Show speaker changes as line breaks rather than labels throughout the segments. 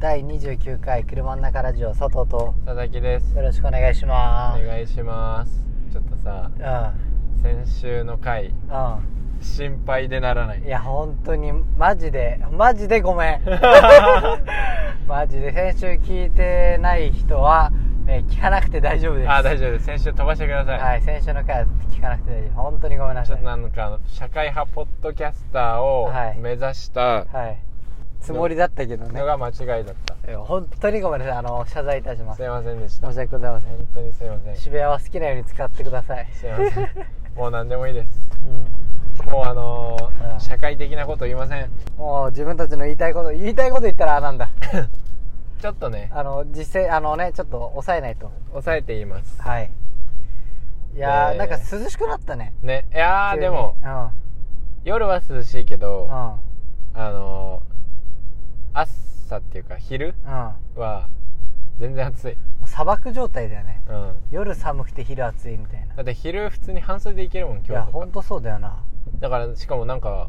第29回車の中ラジオ佐藤と
佐々木です
よろしくお願いし
お
ます
願いしますちょっとさ先週の回
うん
心配でならな
うんい
い
や本当にマジでマジでごめん マジで先週聞いてない人は、ね、聞かなくて大丈夫です
あ大丈夫です先週飛ばしてください、
はい先週の回は聞かなくて大丈夫本当にごめんな
ち
さ
ょ
い
っとなんかあの社会派ポッドキャスターを
はい
目指した
はいつもりだったけどね
のが間違いだった、
いや本当にごめんなさいあの謝罪いたします
すい
申し
ませんでした
訳ございません
本当にすいませんす
渋谷は好きなように使ってください
いま せんもう何でもいいです
う
もうあのー
うん
社会的なこと言いません
んもう自分たちの言いたいこと言いたいこと言ったらあなんだ
ちょっとね
あの実際あのねちょっと抑えないと
抑えて言います
はいいやー、
えー
なんか涼しくなったね
ねいや
急
ー
に
でも夜は涼しいけ
う
ど、
んうん
あのー朝っていうか昼
うんも
は全然暑い、
う砂漠状態だよね
うん、
夜寒くて昼暑いみたいな
だって昼普通に半袖でいけるもん
い
今
や
日と
ほ
か
んとそうだよな
だからしかもなんか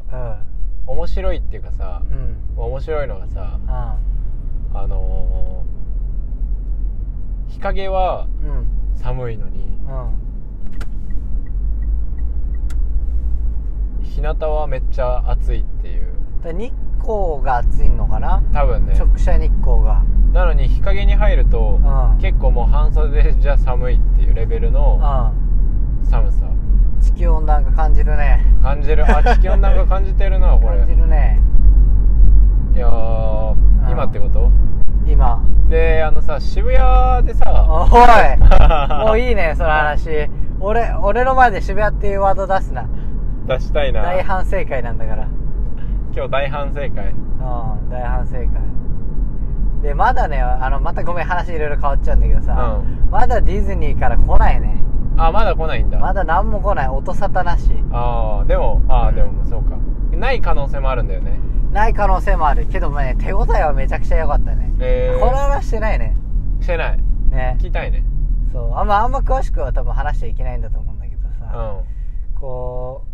う
面白いっていうかさ
んうん
面白いのがさ
あ
あのー、日陰は
うん
寒いのに
うん
日向はめっちゃ暑いっていう
だから日光が暑いのかな、
多分ね
直射日光が
なのに日陰に入ると
うん
結構もう半袖じゃ寒いっていうレベルの
う
寒さ
ん地球温暖化感じるね
感じるあ地球温暖化感じてるなこれ
感じるね
いやー
ん
今ってこと
今
であのさ渋谷でさ
おいも ういいねその話俺俺の前で渋谷っていうワード出すな
出したいな
大反省会なんだから
今日大反省会
うん大反省会でまだねあのまたごめん話いろいろ変わっちゃうんだけどさ、
う
まだディズニーから来ないね
あまだ来ないんだ、
まだ何も来ない音沙汰なし
ああでもああ、
うん
でもそうかない可能性もあるんだよね
ない可能性もあるけどね手応えはめちゃくちゃ良かったね、
えー
この話してないね
してない
ね
聞きたいね
そうあんまあんま詳しくは多分話しちゃいけないんだと思うんだけど
う
さ、
ん
こ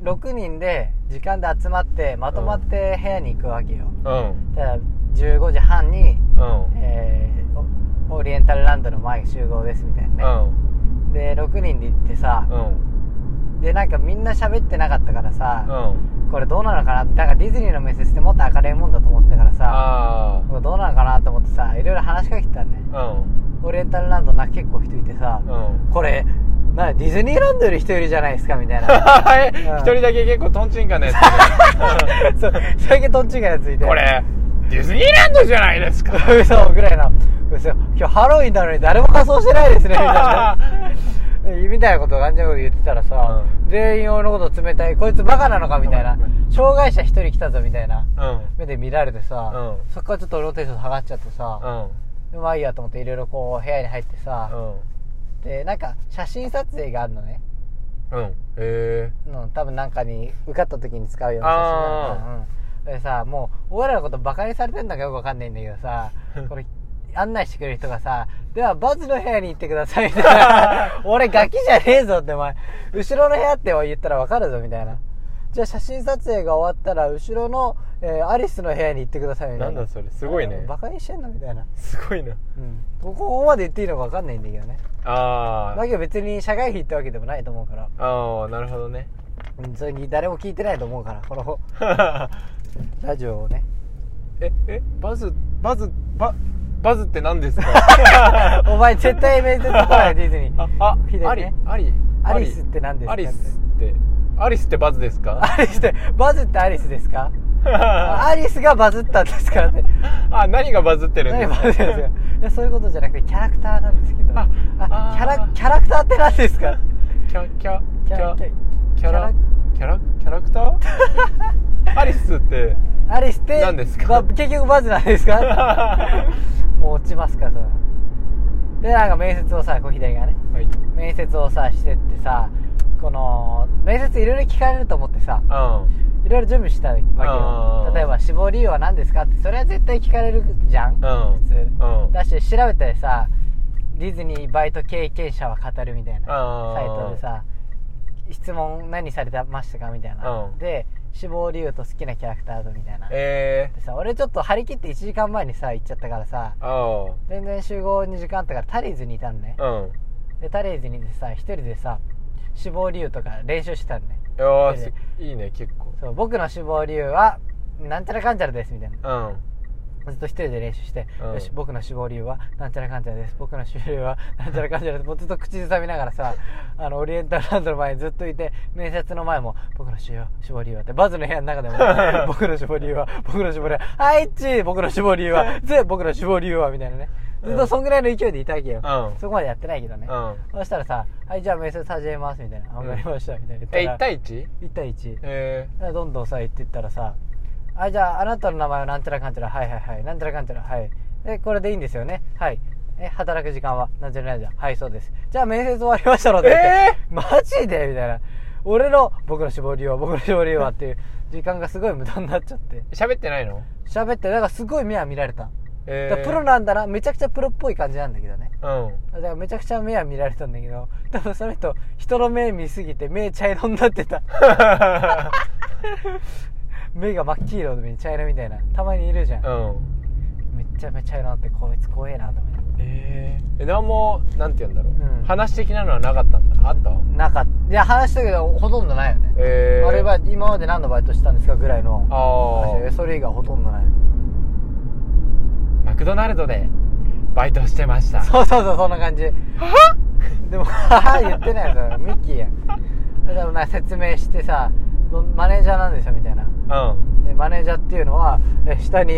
う6人で時間で集まってまとまって部屋に行くわけよ、
うん
ただ15時半に、
うん
えーおオリエンタルランドの前集合ですみたいな
う
ね、
ん
で6人で行ってさ
う、ん
でなんかみんな喋ってなかったから
う
さ、
ん
これどうなのかなってなんかディズニーの面接ってもっと明るいもんだと思ってたからさ
あ
これどうなのかなと思ってさいろいろ話しかけてたらね
あうん
オリエンタルランドなんか結構人いてさ、
うん
これなディズニーランドより人いるじゃないですかみたいな
はい一人だけ結構トンチンカンなやつ
そうそれだけトンチンがつ いて
でこれディズニーランドじゃないですか
嘘ぐらいの嘘今日ハロウィンなのに誰も仮装してないですねみたい なみたいなことを感じのこと言ってたらさ、
う
全員俺のこと冷たいこいつバカなのかみたいな
ごめんごめ
障害者一人来たぞみたいな
うん
目で見られてさ、
うん
そっからちょっと俺のテンション下がっちゃって
う
さ、
ん
まあいいやと思っていろいろこう部屋に入ってさ、でなんか写真撮影があるのね、
うんうんへえ
うん、多分なんかに受かった時に使うような写真なのかな、うん、でさもう俺らのことバカにされてんのかよくわかんないんだけど さこれ案内してくれる人がさ「ではバズの部屋に行ってください」み たいな「俺ガキじゃねえぞ」ってお前後ろの部屋って言ったらわかるぞみたいなじゃあ写真撮影が終わったら後ろの、えーアリスの部屋に行ってくださいみたいな
なんだそれすごいね
あバカにしてんのみたいな
すごいな
うんここまで言っていいのかわかんないんだけどね
あ
だけど別に社会費ってわけでもないと思うから
あああなるほどね
うんそれに誰も聞いてないと思うからこのラジオをね
ええバズバズババズって何ですか
お前絶対面接来ない ディズニ
あ
ー
あ
ひど
ア
い
リ
ね
アリ
アリスって何ですか
アリスってアリスってバズですか
アリスってバズってアリスです かあアリスがバズったんですからって
あ何がバズってるんで
何
す
バ
か
ズってるんですかいやそういうことじゃなくてキャラクターなんですけど
あ
あ
あー
キャラキャラクターって何ですか
キャキャ キ
キャラ
ャ
キャ
キャラキャラキャラクタ ーアリスって
アリスって
何ですか
ば結局バズなんです かもう落ちますかそれでなんか面接をさこう左側ね
はいうん
面接をさしてってさこの面接いろいろ聞かれると思ってさいろいろ準備したわけ
あ
よ
ー
例えば死亡理由は何ですかってそれは絶対聞かれるじゃん
うん
普通
うん
だし調べたりさディズニーバイト経験者は語るみたいな
あー
サイトでさ質問何されてましたかみたいな
うん
で志望理由と好きなキャラクターとみたいなで
え
さ俺ちょっと張り切って1時間前にさ行っちゃったからさ
ー、あ
全然集合2時間あったからタリーズにいたのね
あうん
でタリーズにいてさ一人でさ志望理由とか練習してたのね
よー
それ
しいいね結構
そう僕の志望理由はなんちゃらかんちゃらですみたいな
うん
ずっと一人で練習して、
うん
よし僕の志望理由はなんちゃらかんちゃらです僕の志望理由 はなんちゃらかんちゃらですもうずっと口ずさみながらさあのオリエンタルランドの前にずっといて面接の前も僕の志望志望理由はってバズの部屋の中でも、 ね、僕の志望理由は僕の志望理由ははいっち僕の志望理由 はぜ僕の志望理由はみたいなねずっとそんぐらいの勢いでいたわけよ、
うん
そこまでやってないけどね、
うん
そしたらさ「はいじゃあ面接始めます」みたいな「あ
うん
分かりました」みたいな言った
え
ら
1対 1?
1対1
え
だからどんどんさ言ってったらさ「あじゃああなたの名前はなんちゃらかんちゃらはいはいはいなんちゃらかんちゃらはいえこれでいいんですよねはいえ働く時間はなんちゃらなんちゃらはいそうですじゃあ面接終わりましたので」
え
マジで?」みたいな俺の僕の絞りは僕の絞りはっていう 時間がすごい無駄になっちゃって
ー、喋ってないの
喋ってだからすごい目は見られた、
え
だ
ー
からプロなんだなめちゃくちゃプロっぽい感じなんだけどね
うん
だからめちゃくちゃ目は見られたんだけど多分その人人の目見すぎて目茶色になってた目が真っ黄色で茶色みたいなたまにいるじゃん、
うん
めっちゃめちゃ茶色になってこいつ怖えなと思って
えー、え何もなんて言うんだろう、
うん
話的なのはなかったんだあった
なかったいや話したけどほとんどないよね、
えー、
あれは今まで何のバイトしたんですかぐらいの
あ
話でそれ以外ほとんどない
あマクドナルドでバイトしてました
そうそうそうそんな感じでも「はは」言ってないよそれミッキーやんだからなんか説明してさどんマネージャーなんですよみたいな
うん
でマネージャーっていうのはえ下に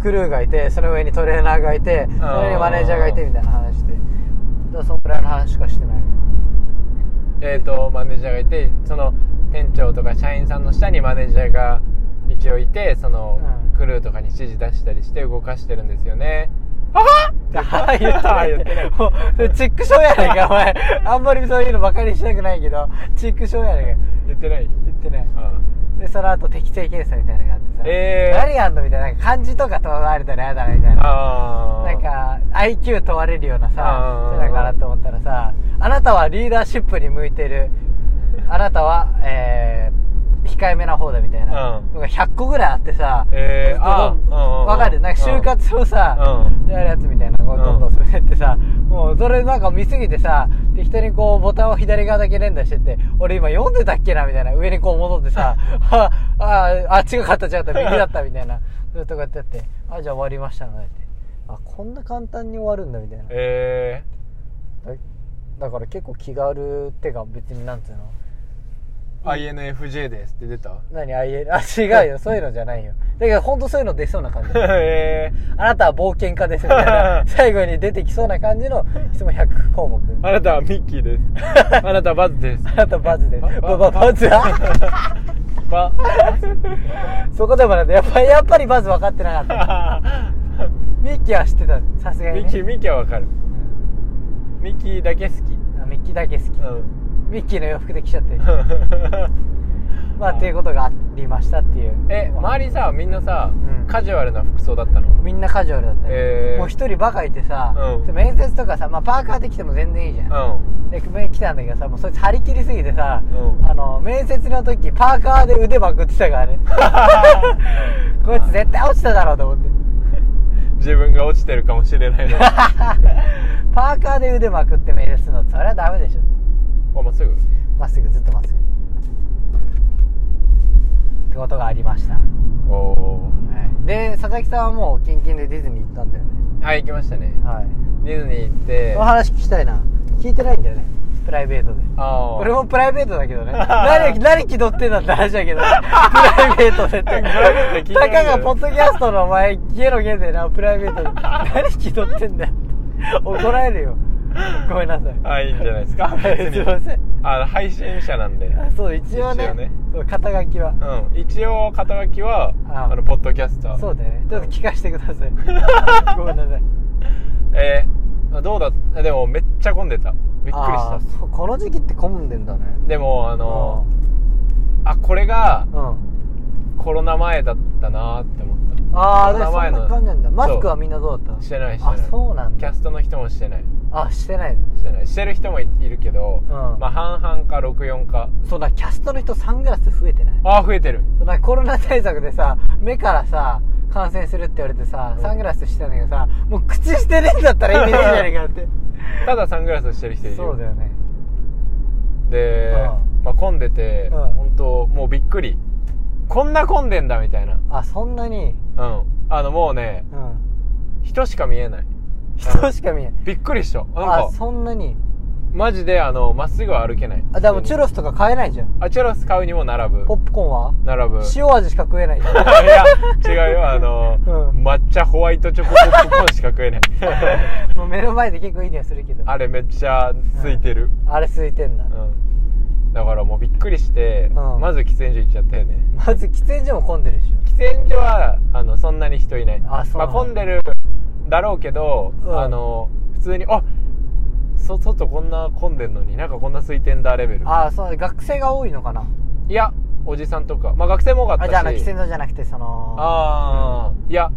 クルーがいてその上にトレーナーがいてその上にマネージャーがいてみたいな話でだからそのくらいの話しかしてない
えっ、ー、とマネージャーがいてその店長とか社員さんの下にマネージャーが一応いてその、
うん
クルーとかに指示出したりして動かしてるんですよね
ではい言ってないって
言ってない
もうそれ チックショーやないかお前あんまりそういうのばかりしたくないけどチックショーやないか
言ってない
言ってない
あ
でその後適正検査みたいなのがあってさ、
えー
何やんのみたいななんか漢字とか問われたら嫌だなみたいな
あ
なんか IQ 問われるようなさ
あー
そういうのかなと思ったらさあなたはリーダーシップに向いてるあなたはえー控えめな方だみたいな、
うん
のが100個ぐらいあってさ、
えー
ずっとどん
あーうんうんうん
わかるなんか就活をさ、
うん
やるやつみたいなこうどんどん進めてってさ、もうそれなんか見すぎてさ適当にこうボタンを左側だけ連打してって俺今読んでたっけなみたいな上にこう戻ってさ あああ違かった違かった右だったみたいなずっとこうやってやってあじゃあ終わりましたのでってあこんな簡単に終わるんだみたいな
え
だだから結構気軽ってか別になんつうの
ー、INFJ ですって出た
何あいえあ違うよそういうのじゃないよだけど本当そういうの出そうな 感じ
え
あなたは冒険家ですみたいな最後に出てきそうな感じの質問100項目
ー、あなたはミッキ ーですあなたはバズです
あなたバズです
バ
ババ
バ
バズは
バ
そこでもなんだやっぱりやっぱりバズ分かってな かったミッキーは知ってたさすがに、
ミ
ね、
ッキーミッキーはわかる
うん
ミッキーだけ好き
あミッキーだけ好き、
うん
ミッキーの洋服で来ちゃってるまあっていうことがありましたっていう
え周りさみんなさ、
うん
カジュアルな服装だったの
みんなカジュアルだったよ、
へー
もう一人バカいてさ、
うん
面接とかさ、まあ、パーカーで来ても全然いいじゃん、
う
で来たんだけどさもうそいつ張り切りすぎてさ、
うん
あの面接の時パーカーで腕まくってた からねこいつ絶対落ちただろうと思って
ん 自分が落ちてるかもしれないのに
パーカーで腕まくって面接するのそれはダメでしょ
おまっすぐ
まっすぐずっとまっすぐってことがありました、
おお
で佐々木さんはもうキンキンでディズニー行ったんだよね
はい行きましたね
はい
ディズニー行って
この話聞きたいな聞いてないんだよねプライベートで
あ
俺
俺も
もプライベートだけ どね何何気取ってんだって話だけどプライベートでって
プライベートで聞いてな
た
いんだ
か
よ
がポッドキャストのお前家の家でなプライベートで何気取ってんだよって怒られるよごめんなさい
あいいんじゃ ないですか
はいすいません
あの配信者なんで
あそう一応ね
一応ね
そう肩書きは
うん一応肩書きは
あ
あのポッドキャスター
そうだよねちょっと聞かせてく ださいごめんなさい
えー、どうだえでもめっちゃ混んでたびっくりした
あーそうこの時期って混んでんだね
でもあのあこれが
うん
コロナ前だったなーって思っ
ああ、で
名
もそ
前
ん
の
な感じなんだ。マスクは
そう
みんなどうだった
してないしてな
あ
い、
そうなん
キ
だ
ャ。ストの人もしてない
あ、してない。
してないしてる人もいいるけど、
うん
まあ半々か64か
そうだ、キャストの人サングラス増えてない
ああ増えてる
そうなんかコロナ対策でさ、目からさ、感染するって言われてさ
う、ん
サングラスしてたんだけどさ、もう口してねえんだったら意味ないじゃねえかって。
ただサングラスしてる人いるよ
そうだよね。
で、まあ、混んでて、
うん
本当もうびっくりこんな混んでんだみたいな
あ、そんなに、
うんあのもうね
うん。
人しか見えない
人しか見えない。
びっくりしたなん
あ
か、
そんなに。
マジであのまっすぐは歩けない
あ、でもチュ
ロ
ロスとか買えないじゃん。
あチュロス買うにも並ぶ
ポップコーンは
並ぶい
塩味しか食えないじ ゃん。
や違うよあの、
うん
抹茶ホワイトチョコポップコーンしか食 えない
もう目の前で結構いい匂いするけど。
あれめっちゃついてる、
あれ空いてんだ
う。んだからもうびっくりして、
うん
まず喫煙所行っちゃったよね
まず喫煙所も混んでるでしょ
喫煙所はあのそんなに人いない
あそうなんだ
まあ、混んでるだろうけど、
うん
あの普通にあそ外こんな混んでんのになんかこんな空いてんだレベル
ああそう学生が多いのかない
やおじさんとか、まあ、学生も多かった
あ
し
じゃああの喫煙所じゃなくてその
あーいや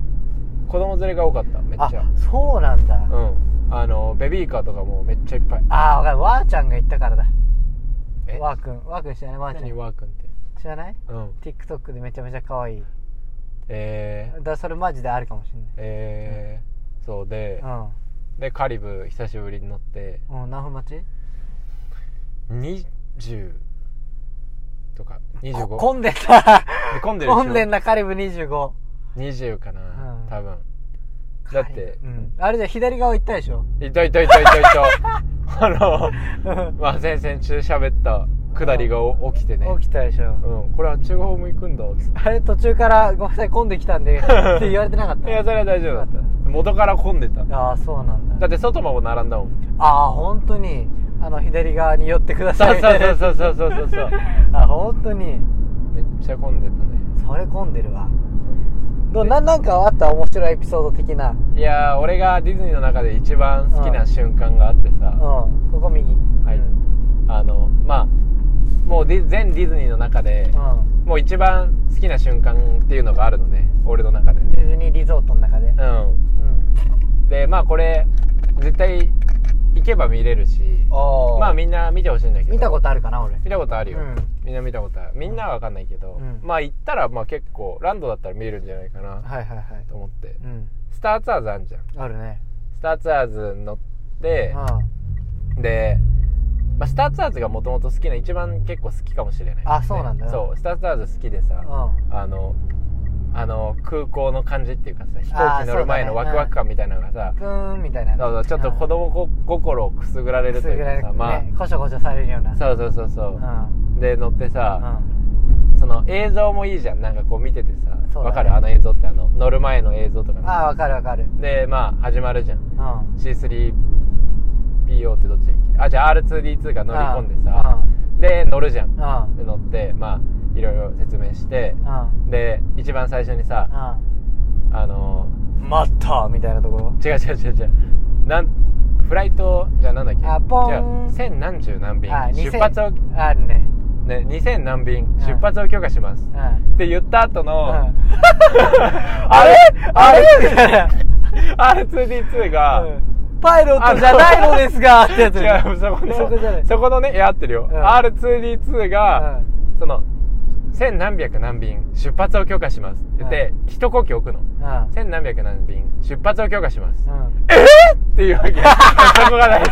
子供連れが多かっためっ
あ
ちゃ
そうなんだ、
うんあのベビーカーとかもめっちゃいっぱい
ああ分かるわーちゃんが言ったからだ
え
わーくんわーくん知らないわーちゃ
何
ん
ワーくんって
知らない
うん
TikTok でめちゃめちゃ可愛い
え
だ
ー、
からそれマジであるかもしんない
えー、そうで、でカリブ久しぶりに乗って
うん、うん、何分待ち
20とか
こ
25
混んでた
で混んでるでしょ
混んでんなカリブ25
20かな、
うん
多分だって
うん、あれじゃ左側行ったでし ょ
いたいたいたいたいたあのまあ先々中喋った下りがお起きてね
起きたでしょ、
うん、これあっち方向行くんだっつっ
あれ途中からごめんなさい混んできたん でって言われてなかった
ていやそれは大丈夫だった
よか
元から混んでただ
ああそうなんだ
って外も並んだもん
ああ本当にあの左側に寄ってくだ
そ
さいうみ
そ
たいうな
そうそうそうそうそうそう
あ本当に
めっちゃ混んでたね
それ混んでるわどうななんかあった面白いエピソード的ない
やー俺がディズニーの中で一番好きな瞬間があって
うん
さ、
ここ右
はい
うん
あのまあもうディ全ディズニーの中で
うん
もう一番好きな瞬間っていうのがあるのね俺の中で
ディズニーリゾートの中で
うん
うん
でまあこれ絶対行けば見れるし
あ
まあみんな見てほしいんだけど
見たことあるかな俺
見たことあるよ、
うん
みんな見たことあるみんなはわかんないけど、
うん
まあ行ったらまあ結構ランドだったら見えるんじゃないかな
はいはいはい
と思って
うん
スターツアーズあんじゃん
あるね
スターツアーズ乗って
うん
で、まあ、スターツアーズがもともと好きな一番結構好きかもしれない、
あそうなんだ
そうスターツアーズ好きでさ、
うん
あのあの空港の感じっていうかさ飛
あー
行機乗る前
そ
の
うだ
ワ
ね
クワク感みたいなのがさ
プーンみたいな
そうそうちょっと子供こ心をくすぐられる
く
と
す
い
ぐら
うか
れ
さ、
る
ま
ねこしょこしょされるよう
あ
な
そうそうそうそう
う、ん
で乗って
う
さ、
ん
その映像もいいじゃんなんかこう見ててさわ
そう、だね
かるあの映像ってあの乗る前の映像とかね
ああわかるわかる
でまあ始まるじゃん
うん
C3PO ってどっちだっけあじゃあ R2D2 が乗り込んで
う
さ
ん
で乗るじゃん
うん
で乗ってまあいろいろ説明して
うん
で一番最初にさあの
うん待ったみたいなところ
違う違う違う違うなんフライトじゃあなんだっけ
あポン
違う千何十何便
あ
出発を、
2000あるね
ね、二千何便
ん
出発を許可します、
うん
って言った後
う
の、
んあれあれみたい な
R2D2 が、
うんパイロットじゃないのですがってやつ
違うそこの
そこじゃない
そこのねいや合ってるよ、
うん
R2D2 が、
う
その千何百何便出発を許可しますって言って、一呼吸置くの
んうん
千何百何便出発を許可します
うん
っていうわけそこがないで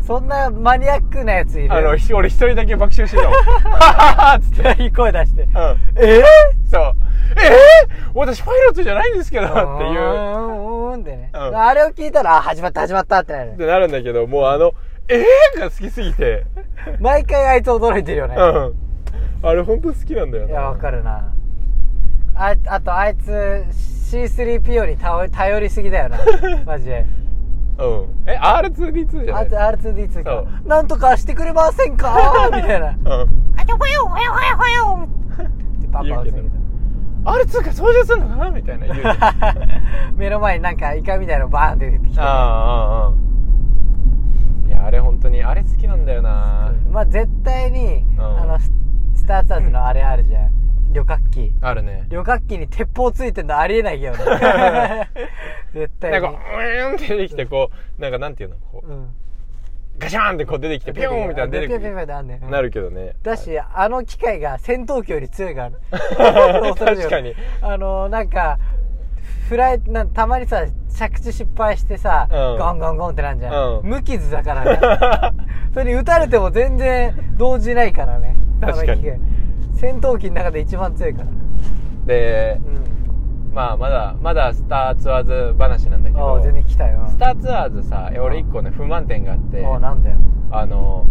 す
そんなマニアックなやついる
あのひ俺一人だけ爆笑してたもんはははっつって
いい声出して
うん
えっ
そう。えー、私パイロットじゃないんですけどっ
う
ていう。
ーんうーんってね
うん
あれを聞いたらあ始まった始まったってな
っ
る
てなるんだけど、もうあの、えーが好きすぎて。
毎回あいつ驚いてるよね
うん。あれ本当好きなんだよ
いやわか
る。
るなああとあいつ C3PO に頼頼りすぎ だよなマジで
うん。え、R2D2 じゃな
あ
い
と R2D2
そ
か
う
なんとかしてくれません かみたいな
うん。
あとほよほよほよほよってパンパン打つ
言
んだ
うけど R2 が操縦するのかなみたいな言うじゃん。 あ
けど 目の前になんかイカみたいなのバーンって出てき
あ、
た
ああ、ああ。いや、あれ本当に、あれ好きなんだよな
まあ絶対に、
ん
あのススターツアーズのあれあるじゃん、旅客機
あるね
旅客機に鉄砲ついてんのありえないけど ね絶
なん
対
か
に
うーんって出てきてこうなんかなんていうのこう
うん
ガシャーンってこう出てきてピョーンみたいなの出て
ピョ
く
ンピョンピョン
る
ってあんねん
なるけどね
だし、あの機械が戦闘機より強いから ね
確かに
あのなんかフライなんたまにさ着地失敗してさ、
うん
ゴンゴンゴンってなんじゃん、
うん
無傷だ からねそれに撃たれても全然動じないからね
確かに
あの機械戦闘機の中で一番強いから
で
うん
まあまだまだスターツアーズ話なんだけ
あ
ど
あ全然来たよ
スターツアーズさ俺一個ね不満点があって
ああなんだよ
あの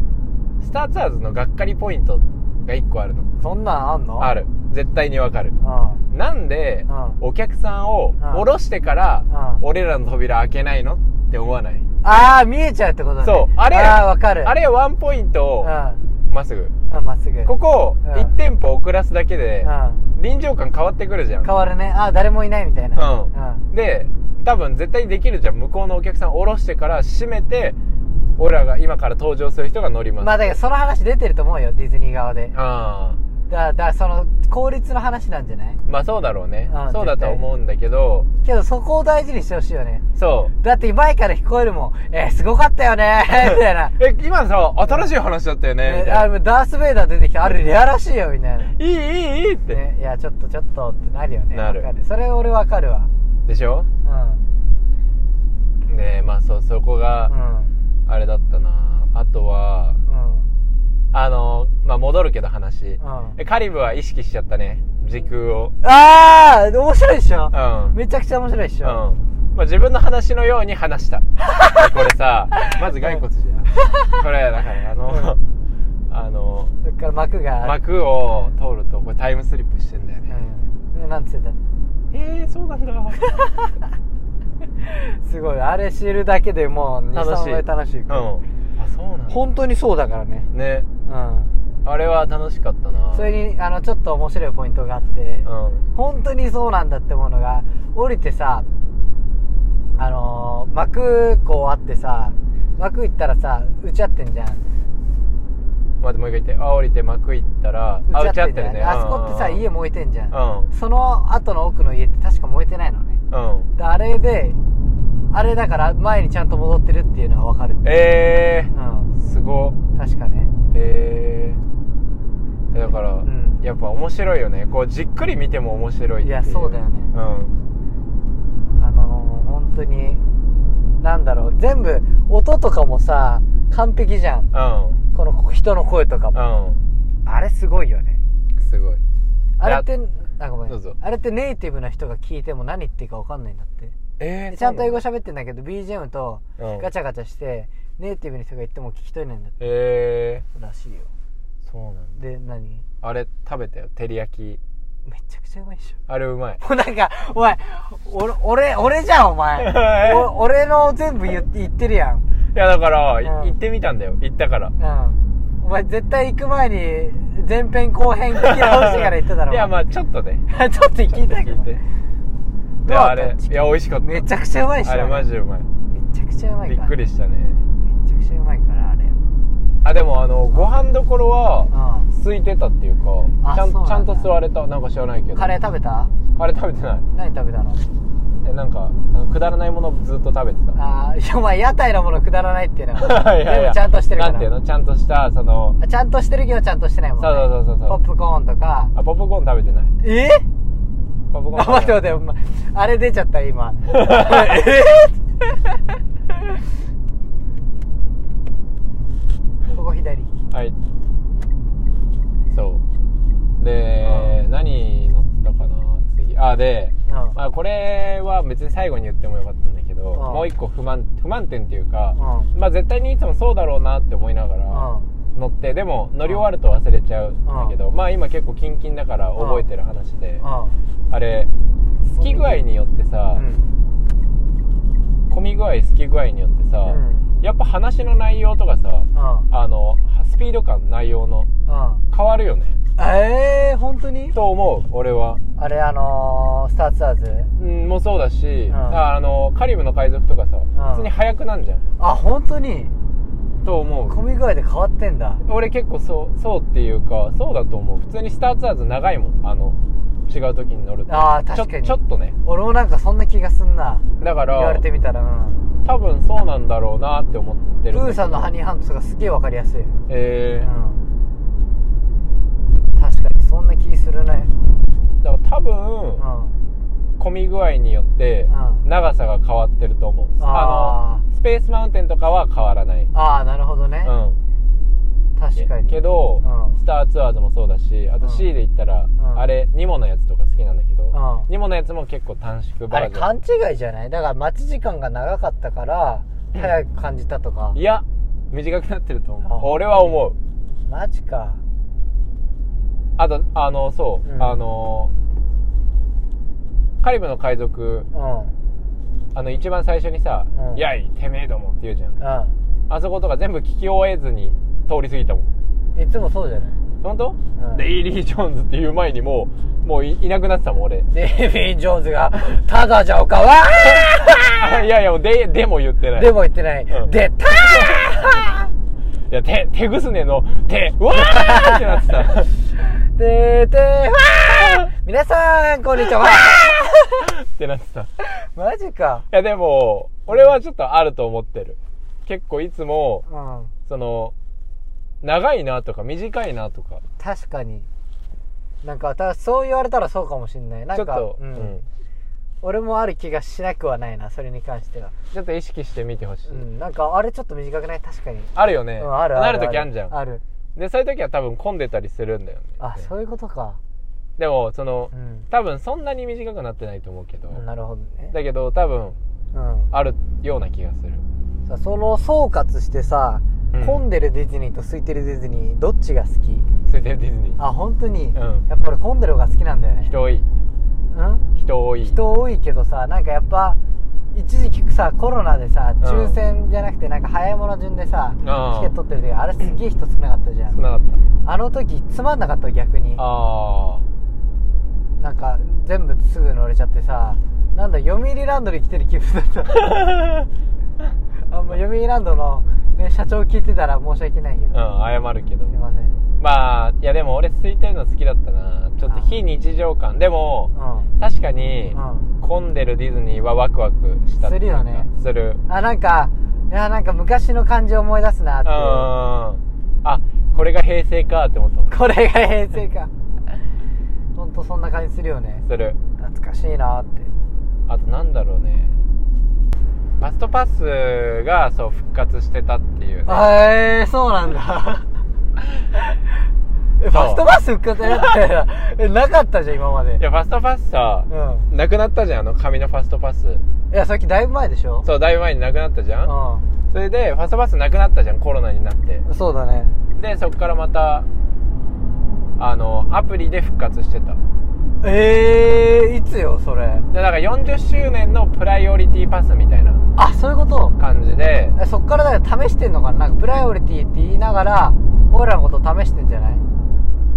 スターツアーズのがっかりポイントが一個あるの
そんなんあんの
ある絶対にわかる
あ
なんで
うん
お客さんを
うん
降ろしてから
うん
俺らの扉開けないのって思わない
ああー見えちゃうってことね
そうあれ
ああわかる
あれワンポイント
うん
を
あ
まっすぐ
まっすぐ
ここ
うん
1店舗遅らすだけで
うん
臨場感変わってくるじゃん
変わるねあ誰もいないみたいな
うんで多分絶対できるじゃん向こうのお客さん降ろしてから閉めて俺らが今から登場する人が乗ります
まあだけどその話出てると思うよディズニー側で
あ
だだからその効率の話なんじゃない
まあそうだろうね
うん
そうだとは思うんだけど
けどそこを大事にしてほしいよね
そう
だって前から聞こえるもんえー、すごかったよ ねみたいな
え今さ新しい話だったよねみ
え
た
あ
いな
のダース・ベイダー出てきたあれレアらしいよみたいな、
いいいいいいって、
ね、いやちょっとちょっとってなるよね
なる
わかそれ俺わかるわ
でしょ
うん
でまあそうそこ
う
が
ん
あれだったなあとは
うん
あのまあ戻るけど
う
話
ん
えカリブは意識しちゃったね時空を
ああ面白いっしょ
うん
めちゃくちゃ面白いっし
う
ょ、
んまあ、自分の話のように話した これさまず骸骨じゃんこれだからあの、あの
そっから幕が
幕を通るとこれタイムスリップしてんだよね
うんなんつってた
えー、そうなんだ
すごいあれ知るだけでもう
楽しい
23倍楽しい、
うんあそうなんだ
本当にそうだからね
ね
うん
あれは楽しかったな
それにあのちょっと面白いポイントがあって
うん
本当にそうなんだってものが降りてさあのー幕こうあってさ幕行ったらさ打ち合ってんじゃん
待ってもう一回言ってあ降りて幕行ったらあ打ち合って
じ
る
ゃん
ね
あそこってさ家燃えてんじゃん
う
その後の奥の家って確か燃えてないのね
んうん
だあれであれだから前にちゃんと戻ってるっていうのは分かる
え
う
ー、すご
ん確かね
えー、だから、
ん
やっぱ面白いよねこうじっくり見ても面白いっていう
いやそうだよね
うん
あのー本当になんだろう全部音とかもさ完璧じゃん
うん
このこ人の声とかも
う
あれすごいよね
んすごい
あれってあごめん
どうぞ
あれってネイティブな人が聞いても何言ってるか分かんないんだって
え
でちゃんと英語
しゃ
喋ってんだけど BGM とガチャガチャしてネイティブの人が言っても聞き取れないんだっ
え
たらしいよ
ー、そうなんだ
で何
あれ食べたよ照り焼き
めちゃくちゃうまいっしょ
あれうまい
もうなんか、お前、俺、俺、俺じゃん、お 前。お俺の全部言って言ってるやん。
いやだから、い
うん
行ってみたんだよ行ったから
うん。お前絶対行く前に、前編後編聞き直してから言っただろ。
いやま
あ、
あちょっとね
ちょっと聞いた
ち
け
ょっと
ど。どう
聞いてい
だ
や
った
あれ
チキン
いや美味しかった
めちゃくちゃうまいっしょ。
あれマジでうまい
めちゃくちゃうまい
び
から。
っくりしたね
めちゃくちゃうまいから、あれ。
あでもあのご飯どころは
う
空いてたっていうか
あ
ちゃん
そうなんだ
ちゃんと座れたなんか知らないけ
ん。
ど
カレー食べた
カレー食べてない
何食べたの
えなんかあのくだらないものずっと食べてた
ああ、いや、お前、屋台のものくだらないっていうのは。
いやい
全
や
部ちゃんとしてるか
なんていう
ら。
のちゃんとしたその
あちゃんとしてるけど、ちゃんとしてないもんね。
そうそうそうそう
ポップコーンとか。
あポップコーン食べてない
え
ポップコーン
あ、待って待っ
って
て、お前あれ出ちゃった、 今。えーここ左。
はいそうで、
う
何乗ったかな次あで、
うん。うん。
まあ、これは別に最後に言ってもよかったんだけど、
ん
もう一個不満不満点っていうか、
う
まあ絶対にいつもそうだろうなって思いながら乗ってでも乗り終わると忘れちゃうんだけど、まあ今結構キンキンだから覚えてる話で、
う
あれ好き具合によってさ、
ん。
混み具合好き具合によってさ、
うん。うん。
やっぱ話の内容とかさ
うん。
あのスピード感内容の
うん。
変わるよね
ええー、本当に
と思う俺は、
あれ、あのー、スターツアーズ
うん、もそうだし、
ん
ああのカリブの海賊とかさ、
ん
普通に速くなんじゃん
あ、本当に
と思う
混み具合で変わってんだ
俺結構そうそうっていうかそうだと思う普通にスターツアーズ長いもんあの違う時に乗ると
あー確かに
ちょちょっとね
俺もなんかそんな気がすんな
だか
言われ
ら
てみたら、うん、
多分そうなんだろうなって思ってる
プ
だけど
ーさんのハニーハントとかすげえわかりやすい、う
えー
ん、確かにそんな気するね
だから多
う
分
ん
混み具合によって
うん
長さが変わってると思う
あ
あのスペースマウンテンとかは変わらない
ああなるほどね、
うん
確かに
けど、
うん
スターツアーズもそうだしあと
うん
C で言ったら、
うん
あれニモのやつとか好きなんだけど、
うん
ニモのやつも結構短縮
あ
バー
れ
ジョン
勘違いじゃないだから待ち時間が長かったから
うん
早く感じたとか
いや短くなってると思
あ
う俺は思う
マジか
あとあのそう、
うん
あのカリブの海賊
うんうん
あの一番最初にさ
うん
「やいてめえども」って言うじゃんあそことか全部聞き終えずに通り過ぎたもん
いつもそうじゃない
本当、
うん
デイリー・ジョーンズっていう前にもうもういいなくなってたもん俺
デイビー・ジョーンズが「ただじゃおかわ
あいやいやもうででも言ってな
ー!」
い
でも言ってない
う
「
ん
でた
いや手手ぐすねの 手うわーってなってた
ー!」でてわー皆さんこんにちはわ
ってなってたい
ーマジか
やでも俺はちょっとあると思ってる結構いつも
うん
その長いなとか短いなとか
確かになんかたそう言われたらそうかもしんないな
ちょ
ん
っ
か
と、
う
うん
ん、俺もある気がしなくはないなそれに関しては
ちょっと意識してみてほしい、
うんなんかあれちょっと短くない確かに
あるよね、
うんあるある
なる時あんじゃん
ある
でそういう時は多分混んでたりするんだよね
あ
ね
そういうことか
でもその、
うん
多分そんなに短くなってないと思うけど、
なるほどね
だけど多分
うん
あるような気がする
さその総括してさ
うん
混んでるディズニーと空いてるディズニーどっちが好き
それでディズニー
あ本当に
うん
やっぱ俺混んでる方が好きなんだよね
人多い
うん
人多い
人多いけどさなんかやっぱ一時期さコロナでさ
ん
抽選じゃなくてなんか早い者順でさチケ
あー
ット取ってる時あれすげえ人少なかったじゃ
少
ん
なかっ
あの時つまんなかった逆に
たあ
なんか全部すぐ乗れちゃってさなんだ読売ランドに来てる気分だった あんま読売ランドの、ね、社長聞いてたら申し訳ないけど、
あうん謝るけど
すいません
まあいやでも俺空いてるの好きだったなちょっと非日常感でも
う
確かに
んうん
混んでるディズニーはワクワクしたって
す
いうか
るよね
する
あなんかいやなんか昔の感じを思い出すなっ
うん
ていう
あこれが平成かって思ったもん
これが平成かほんとそんな感じするよね
する
懐かしいなって
あとなんだろうねファストパスがそう復活してたっていうね
えー、そうなんだ えファストバス復活やったよな えなかったじゃん今まで
いやファストパスさ
うん
なくなったじゃんあの紙のファストパス
いやさっきだいぶ前でしょ
そうだいぶ前になくなったじゃ
う
んそれでファストパスなくなったじゃんコロナになって
んそうだね
でそっからまたあのアプリで復活してた
ええー、いつよそれ
でだから40周年のプライオリティパスみたいな
あそういうこと
感じで
えそっからだから試してんのかななんかプライオリティって言いながら俺らのこと試してんじゃない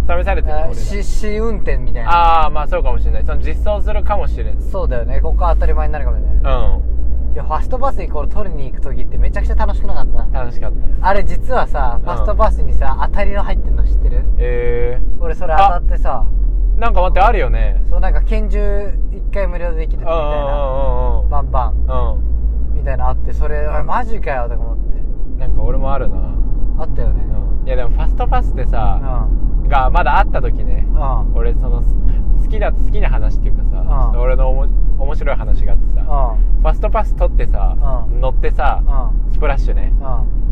試されてる
あ
俺ら
し試運転みたいな
ああまあそうかもしれないその実装するかもしれんうん
そうだよねここは当たり前になるかもしれないいやファストバスイコール取りに行く時ってめちゃくちゃ楽しくなかった
楽しかった
あれ実はさ
うん
ファストバスにさ当たりの入ってんの知ってる
え
俺それ当たってさ
ー、なんか待ってあるよね
そうなんか拳銃1回無料でできるみ
うん
たいな
う
ん
うん
バンバン
うんうん
みたいなのあってそれおいマジかよとか思って
なんか俺もあるな、
あったよね
うん、いやでもファストパスって
う
さ、
ん
がまだあった時ね
うん
俺そのす好きだ好きな話っていうかさ、
ん
ちょっと俺のおも面白い話があってさ、
うん
ファストパス取ってさ、
うん
乗ってさ、
うん
スプラッシュね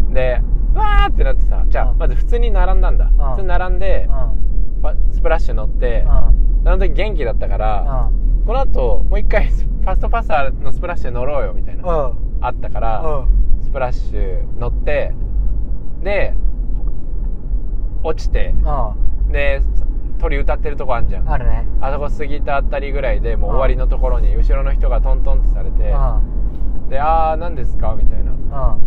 うん
でうわーってなってさじゃあ、
うん
まず普通に並んだんだ、
ん
普通に並んで、
うん
ファスプラッシュ乗って、
うん
あの時元気だったから、この後もう一回 ファストパスのスプラッシュ乗ろうよみたいな、
うん
あったから、スプラッシュ乗ってで落ちて
うん
で鳥歌ってるとこあんじゃん
あるね
あそこ過ぎたあたりぐらいでもう
うん
終わりのところに後ろの人がトントンってされ
うん
て
う
で「あー何ですか?」みたいなん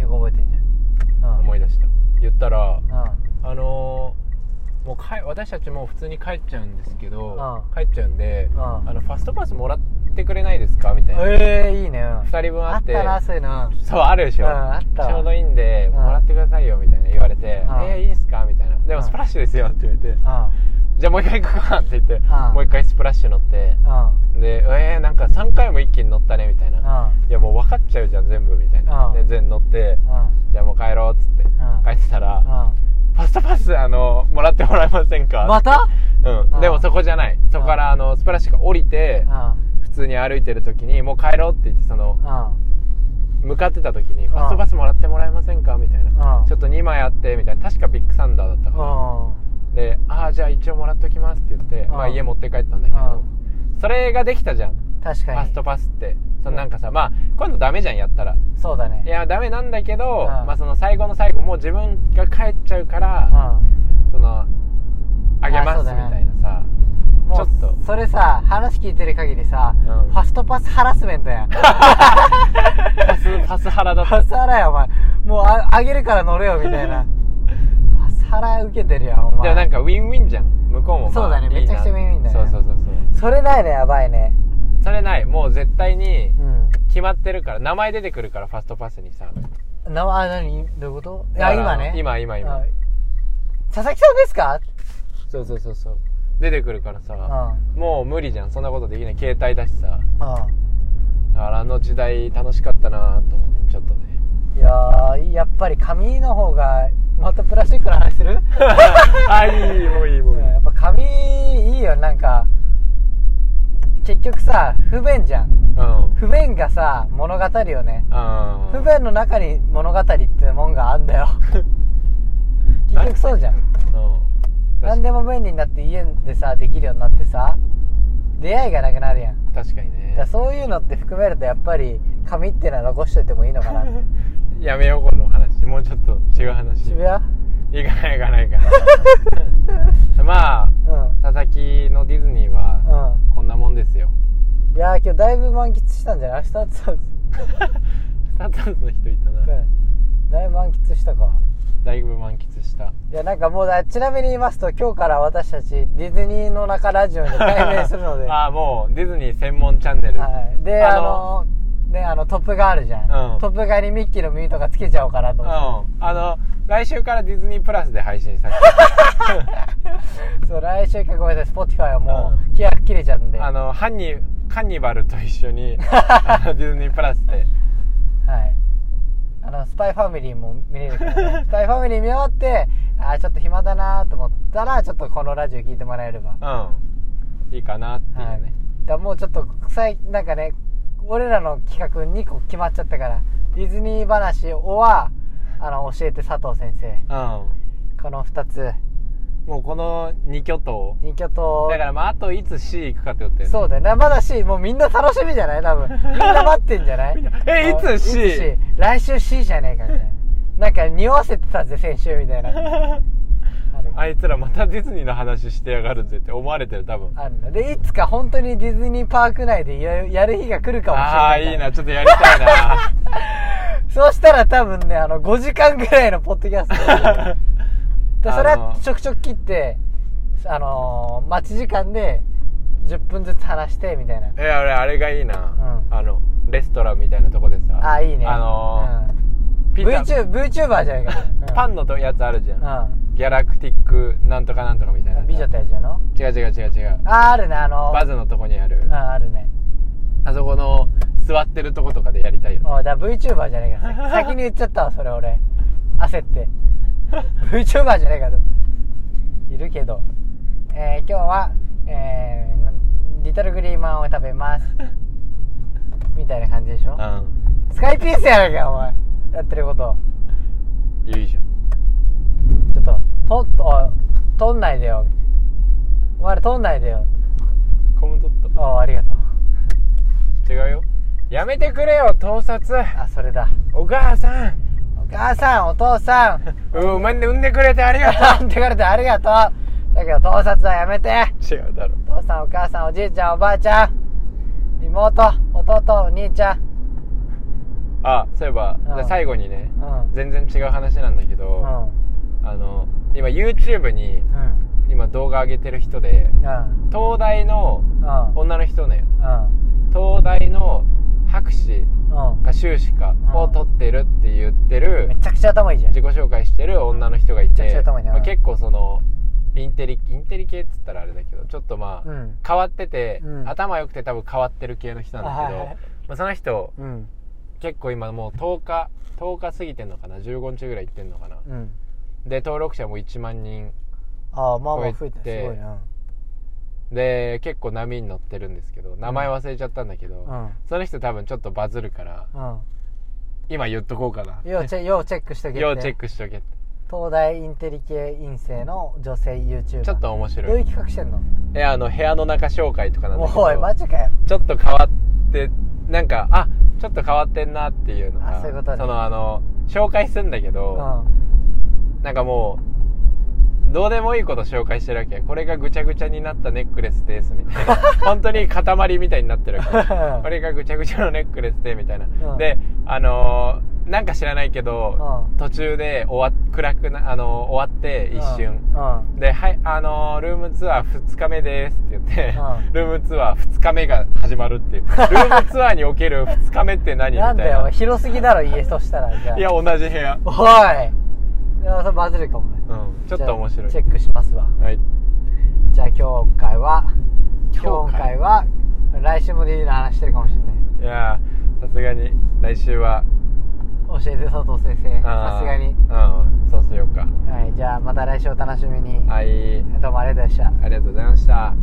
よく覚えてんじゃんうん
思い出した言ったら
うん
「あのーもうか私たちもう普通に帰っちゃうんですけど、
うん
帰っちゃうんで、
うん
あのファストパスもらってくれないですかみたいな、
ええいいね
2人分あ
あ
っ
ってたなそういうの
そうあるでしょ、
うんあったわ
ちょうどいいんで、
うん
もらってくださいよみたいな言われて、
うん
えー、いいんすかみたいなで
う
も
ん
スプラッシュですよって言われて、
あ
じゃあもう一回行こうかって言って、
ん
もう一回スプラッシュ乗って
あ
でえー、なんか3回も一気に乗ったねみたいな、
あ
いやもう分かっちゃうじゃん全部みたいな、
うん
で全部乗って、
あ
じゃあもう帰ろうっつって、
ん
帰ってたら、
あ
ファストパスあのもらってもらえませんか
また
うん、
うん
でもそこじゃないそこからあのスプラッシュが降りて
あ
普通に歩いてる時にもう帰ろうって言ってその
あ
向かってた時に
うん
ファストパスもらってもらえませんかみたいな
あ
ちょっと2枚あってみたいな確かビッグサンダーだったから
あ
で「ああじゃあ一応もらっときます」って言って
うん
まあ家持って帰ったんだけどそれができたじゃん
確
フ
か
ァス
に
トパスってそのなんかさまあ今度ダメじゃんやったら
そうだね
いやダメなんだけど
うん
まあその最後の最後もう自分が帰っちゃうから
う
そのあげ
あ
ま
そう
す
だね
みたいなさ
んもう
ちょっと
それさ話聞いてる限りさ
うん
ファストパスハラスメントや んフ
パ スパス腹だった
ァスハラやお前もうああげるから乗れよみたい なファスハラ受けてるやんお
でもなん
前
かウィンウィンじゃん向こうもまあ
そうだね
いいな
めちゃくちゃウィンウィンだね
そうそうそうそう
それないねやばいね
それないもう絶対に
うん
決まってるから名前出てくるからファストパスにさ
なあ何どういうことい
だ
や
から
今ね
今今今
あ佐々木さんですか
そうそうそうそう出てくるから
う
さ
ん
もう無理じゃんそんなことできない携帯だしさ
う
だからあの時代楽しかったなと思ってちょっとね
んいやーやっぱり紙の方がまたプラスチックの話する
あいいもういいも
うんやっぱ紙いいよなんか結局さ不便じゃん
うん
不便がさ物語よね
あ
不便の中に物語ってもんがあんだよ結局そうじゃん
うん
何でも便利になって家でさできるようになってさ出会いがなくなるやん
確かに
だから
ね
そういうのって含めるとやっぱり紙っていうのは残しといてもいいのかなって
やめようこの話もうちょっと違う話
渋谷
行かない行かない行 かないまあ
うんう
佐々木のディズニーは
ん
こんなもんですよ
いやー今日だいぶ満喫したんじゃない明日ってたんです
サタンの人いたな
だいぶ満喫したか
だいぶ満喫した
いやなんかもうだちなみに言いますと今日から私たちディズニーの中ラジオに改名する ので
ああもうディズニー専門チャンネル、
はい、であ
あ
の
の
ねあのトップガーあるじゃん、
うん
トップガーにミッキーの耳とかつけちゃおうかなと
うん
思っ
あの来週からディズニープラスで配 信させ
て、そう来週かごめんなさい Spotify はも
う
う規約切れちゃうんで、
てあ
は
のハンニカンニバルと一 緒にあのディズニープラスで
いあのスパイファミリーも見れる から、ね、スパイファミリー見終わってあーちょっと暇だなと思ったらちょっとこのラジオ聞いてもらえれば
うんいいかなっていう
はい、
ね、
だからもうちょっと最なんかね俺らの企画2個決まっちゃったからディズニー話はあの教えて佐藤先生この2つ
うんもうこの2巨頭
二巨頭
だからまああといつ C 行くかってことだよね
そうだよねまだ C もうみんな楽しみじゃない多分みんな待ってんじゃ ない
えいつ
あ
C？
来週 C じゃねえかみたいななんか匂わせてたぜ先週み たいなある
あいつらまたディズニーの話してやがるぜって思われてる多分
あるんだでいつか本当にディズニーパーク内でややる日が来るかもしれ
あ
な
あ
いから
ーいいなちょっとやりたいな
そうしたら多分ね、あの、5時間ぐらいのポッドキ ャストにな るでそれ
あの
はちょくちょく切って、あのー待ち時間で10分ずつ話して、みたいな。
え俺あれがいいな、
うん
あのレストランみたいなとこでさ
あ、いいね。
あのー
うん、
ピザ
VTuber、VTuber じゃないか
パン
の、
のとやつあるじゃん、
う。
ギャラクティックなんとかなんとかみたいなん
美女ってやつやの
違う違う違う違う
あー、あるね、あのー、
バズのとこにある
うん、あるね。
あそこの座ってるとことかでやりたいよね
おいだから VTuber じゃねえ か。先に言っちゃったわ、それ俺。焦って。VTuber じゃねえかと。いるけど。えー、今日は、えーなん、リトルグリーマンを食べ ます。みたいな感じでしょ
う
スカイピースやないか、お前。やってること。
んいいじゃん
ちょっと、と、と、とんないでよ。お前らとんないでよ。
コムドット
おうありがとう。
違うよやめてくれよ盗撮
あ、それだ。
お母さん
お母さん、お父さん。
うん産んで産んでくれてありがと
産んでくれてありがとう。だけど、盗撮はやめて。
う違うだろ
お父さんお母さんおじいちゃんおばあちゃん妹弟お兄ちゃん
あそういえば、じゃ
う
あ
ん
最後にね
うん
全然違う話なんだけ
う
ど、
ん
あの今 YouTube に
うん
今動画上げてる人で
うん
東大の
うん
女の人ね
うん
東大の博士
うん
か修士かを取ってるって言ってる
めちゃくちゃ頭いいじゃん
自己紹介してる女の人がい
めちゃくちゃ
て、
頭いいな
まあ、結構そのインテリインテリ系っつったらあれだけどちょっとまあ、
うん
変わってて、
うん
頭良くて多分変わってる系の人なんだけど、
あはいはい
まあ、その人
うん
結構今もう10日10日過ぎてんのかな15日ぐらい行ってんのかな
うん
で登録者も1万人
ああまあまあ
こ
増
う
え
や
た
っ
すご
て
いな
で結構波に乗ってるんですけど名前忘れちゃったんだけど、
うん
その人多分ちょっとバズるから
うん
今言っとこうかな
要チェ要チェックしとけって
要チェックしとけって
東大インテリ系院生の女性 YouTuber
ちょっと面
どう
白
いう
い
企画してんの
えあの部屋の中紹介とかなんだけど
おいマジかよ
ちょっと変わってなんかあちょっと変わってんなっていうのが
あそういうことね
のあの紹介するんだけ
う
ど、
ん
なんかもうどうでもいいこと紹介してるわけこれがぐちゃぐちゃになったネックレスです みたいな本当に塊みたいになってるわけこれがぐちゃぐちゃのネックレスでみたいな、
うん
であのーなんか知らないけど、
うん
途中で終わっ暗くな、あのー終わって一瞬、
うん
で、はい、あのールームツアー2日目ですって言って、
う
ルームツアー2日目が始まるっ ていう。ルームツアーにおける2日目って何み
な
た
いん
な。
だよお前広すぎだろ家そしたらじゃあ
いや、同じ部屋。
おいいやそれバズるかもね
うん、ちょっと面白い。
じゃあチェックしますわ
はい。
じゃあ今日回は今
今
回
回
は来週もディーラー話してるかもしれない
いやーさすがに、来週は。
教えて佐藤先生
あー
さすがに
うん、そうしようか。
はいじゃあまた来週お楽しみに
はい。
どうもありがとうございました
ありがとうございました。